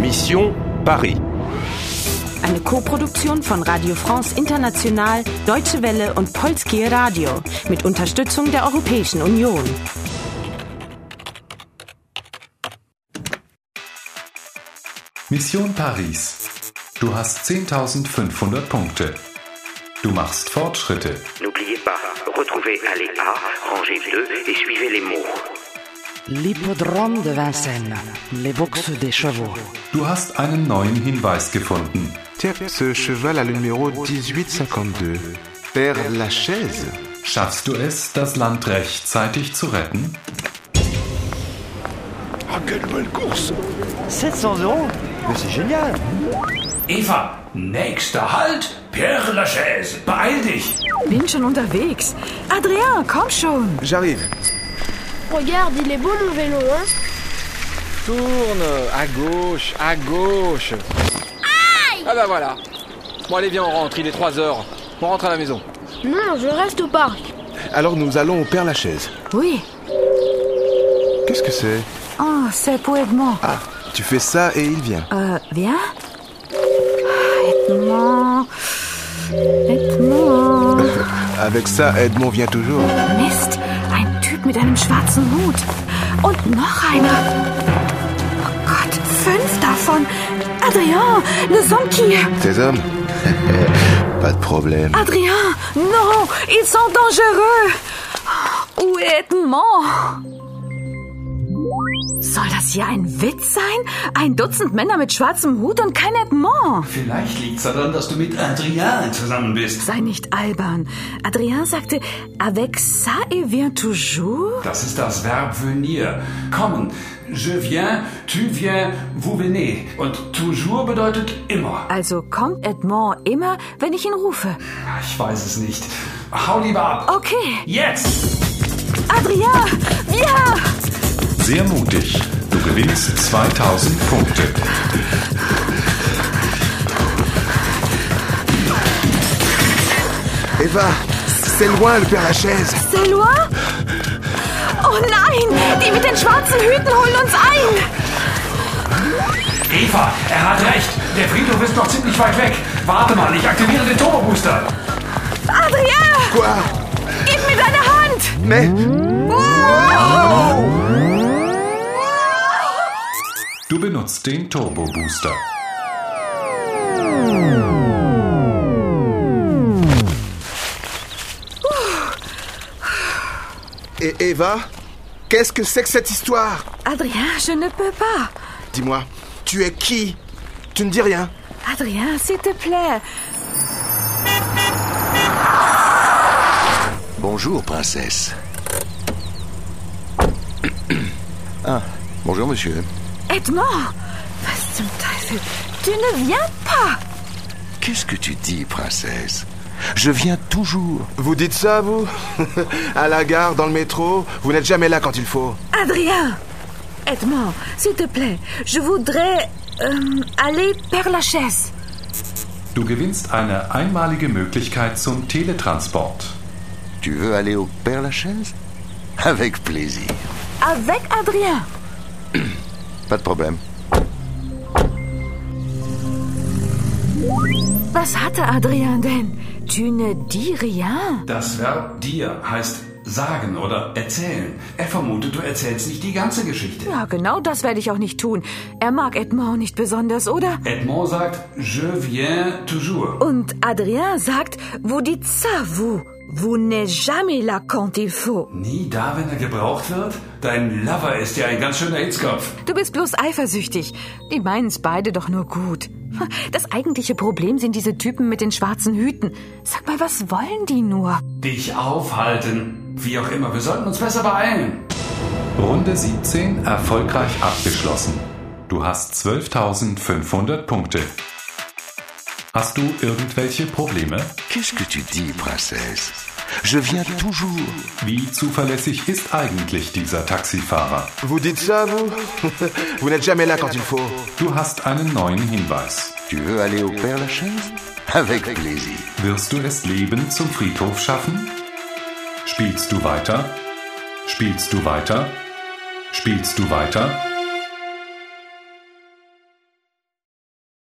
Mission Paris. Eine Koproduktion von Radio France International, Deutsche Welle und Polskie Radio mit Unterstützung der Europäischen Union. Mission Paris. Du hast 10.500 Punkte. Du machst Fortschritte. N'oubliez pas, retrouvez allée A, rangée 2 et suivez les mots. L'hippodrome de Vincennes, les boxes des chevaux. Du hast einen neuen Hinweis gefunden. Tire ce cheval à le numéro 1852. Père Lachaise. Schaffst du es, das Land rechtzeitig zu retten? Ah, quelle belle course 700 euros Mais c'est génial Eva, nächster Halt, Pierre Lachaise, beeil dich. Bin schon unterwegs. Adrien, komm schon. J'arrive. Regarde, il est beau mon vélo, hein Tourne à gauche, à gauche. Aïe Ah bah voilà. Bon allez, viens, on rentre, il est 3 heures. On rentre à la maison. Non, je reste au parc. Alors nous allons au Père Lachaise. Oui. Qu'est-ce que c'est Oh, c'est pour Edmond. Ah, tu fais ça et il vient. Euh, viens. Ah, Edmond. Edmond. Avec ça, Edmond vient toujours. Mist, ein Typ mit einem schwarzen Hut. Und noch einer. Oh Gott, fünf davon. Adrien, ne sommes qui Tes hommes Pas de problème. Adrien, non, ils sont dangereux. Où est Edmond? Soll das hier ein Witz sein? Ein Dutzend Männer mit schwarzem Hut und kein Edmond. Vielleicht liegt's daran, dass du mit Adrian zusammen bist. Sei nicht albern. Adrien sagte, avec ça et vient toujours? Das ist das Verb venir. Kommen. Je viens, tu viens, vous venez. Und toujours bedeutet immer. Also kommt Edmond immer, wenn ich ihn rufe. Ich weiß es nicht. Hau lieber ab. Okay, Jetzt! Adrien, viens! Sehr mutig. Du gewinnst 2000 Punkte. Eva, c'est loin le Père Lachaise. C'est loin? Oh nein, die mit den schwarzen Hüten holen uns ein! Eva, er hat recht. Der Friedhof ist noch ziemlich weit weg. Warte mal, ich aktiviere den Turbobooster. Adrien, Quoi gib mir deine Hand! Mais Du benutzt den Turbo Booster. Et Eva, qu'est-ce que c'est que cette histoire Adrien, je ne peux pas. Dis-moi, tu es qui Tu ne dis rien. Adrien, s'il te plaît. Bonjour, princesse. Ah, bonjour, monsieur. Edmond! Was zum Teufel? Tu ne viens pas! Qu'est-ce que tu dis, princesse Je viens toujours. Vous dites ça, vous À la gare, dans le métro, vous n'êtes jamais là quand il faut. Adrien! Edmond, s'il te plaît, je voudrais euh, aller Père Lachaise. Du gewinnst eine einmalige Möglichkeit zum Teletransport. Tu veux aller au Père Lachaise Avec plaisir. Avec Adrien. Pas de problème. Was hatte Adrien denn? Tu ne dis rien. Das Verb dir heißt sagen oder erzählen. Er vermutet, du erzählst nicht die ganze Geschichte. Ja, genau das werde ich auch nicht tun. Er mag Edmond nicht besonders, oder? Edmond sagt, je viens toujours. Und Adrien sagt, vous dites ça, vous. Vous n'êtes ne jamais là quand il faut. Nie da, wenn er gebraucht wird? Dein Lover ist ja ein ganz schöner Hitzkopf. Du bist bloß eifersüchtig. Die meinen's beide doch nur gut. Das eigentliche Problem sind diese Typen mit den schwarzen Hüten. Sag mal, was wollen die nur? Dich aufhalten. Wie auch immer, wir sollten uns besser beeilen. Runde 17 erfolgreich abgeschlossen. Du hast 12.500 Punkte. Hast du irgendwelche Probleme? Qu'est-ce que tu dis, princesse Je viens toujours. Wie zuverlässig ist eigentlich dieser Taxifahrer? Vous dites ça, vous Vous n'êtes jamais là quand il faut. Du hast einen neuen Hinweis. Tu veux aller au Père Lachaise Avec plaisir. Wirst du es lebend zum Friedhof schaffen? Spielst du weiter? Spielst du weiter? Spielst du weiter?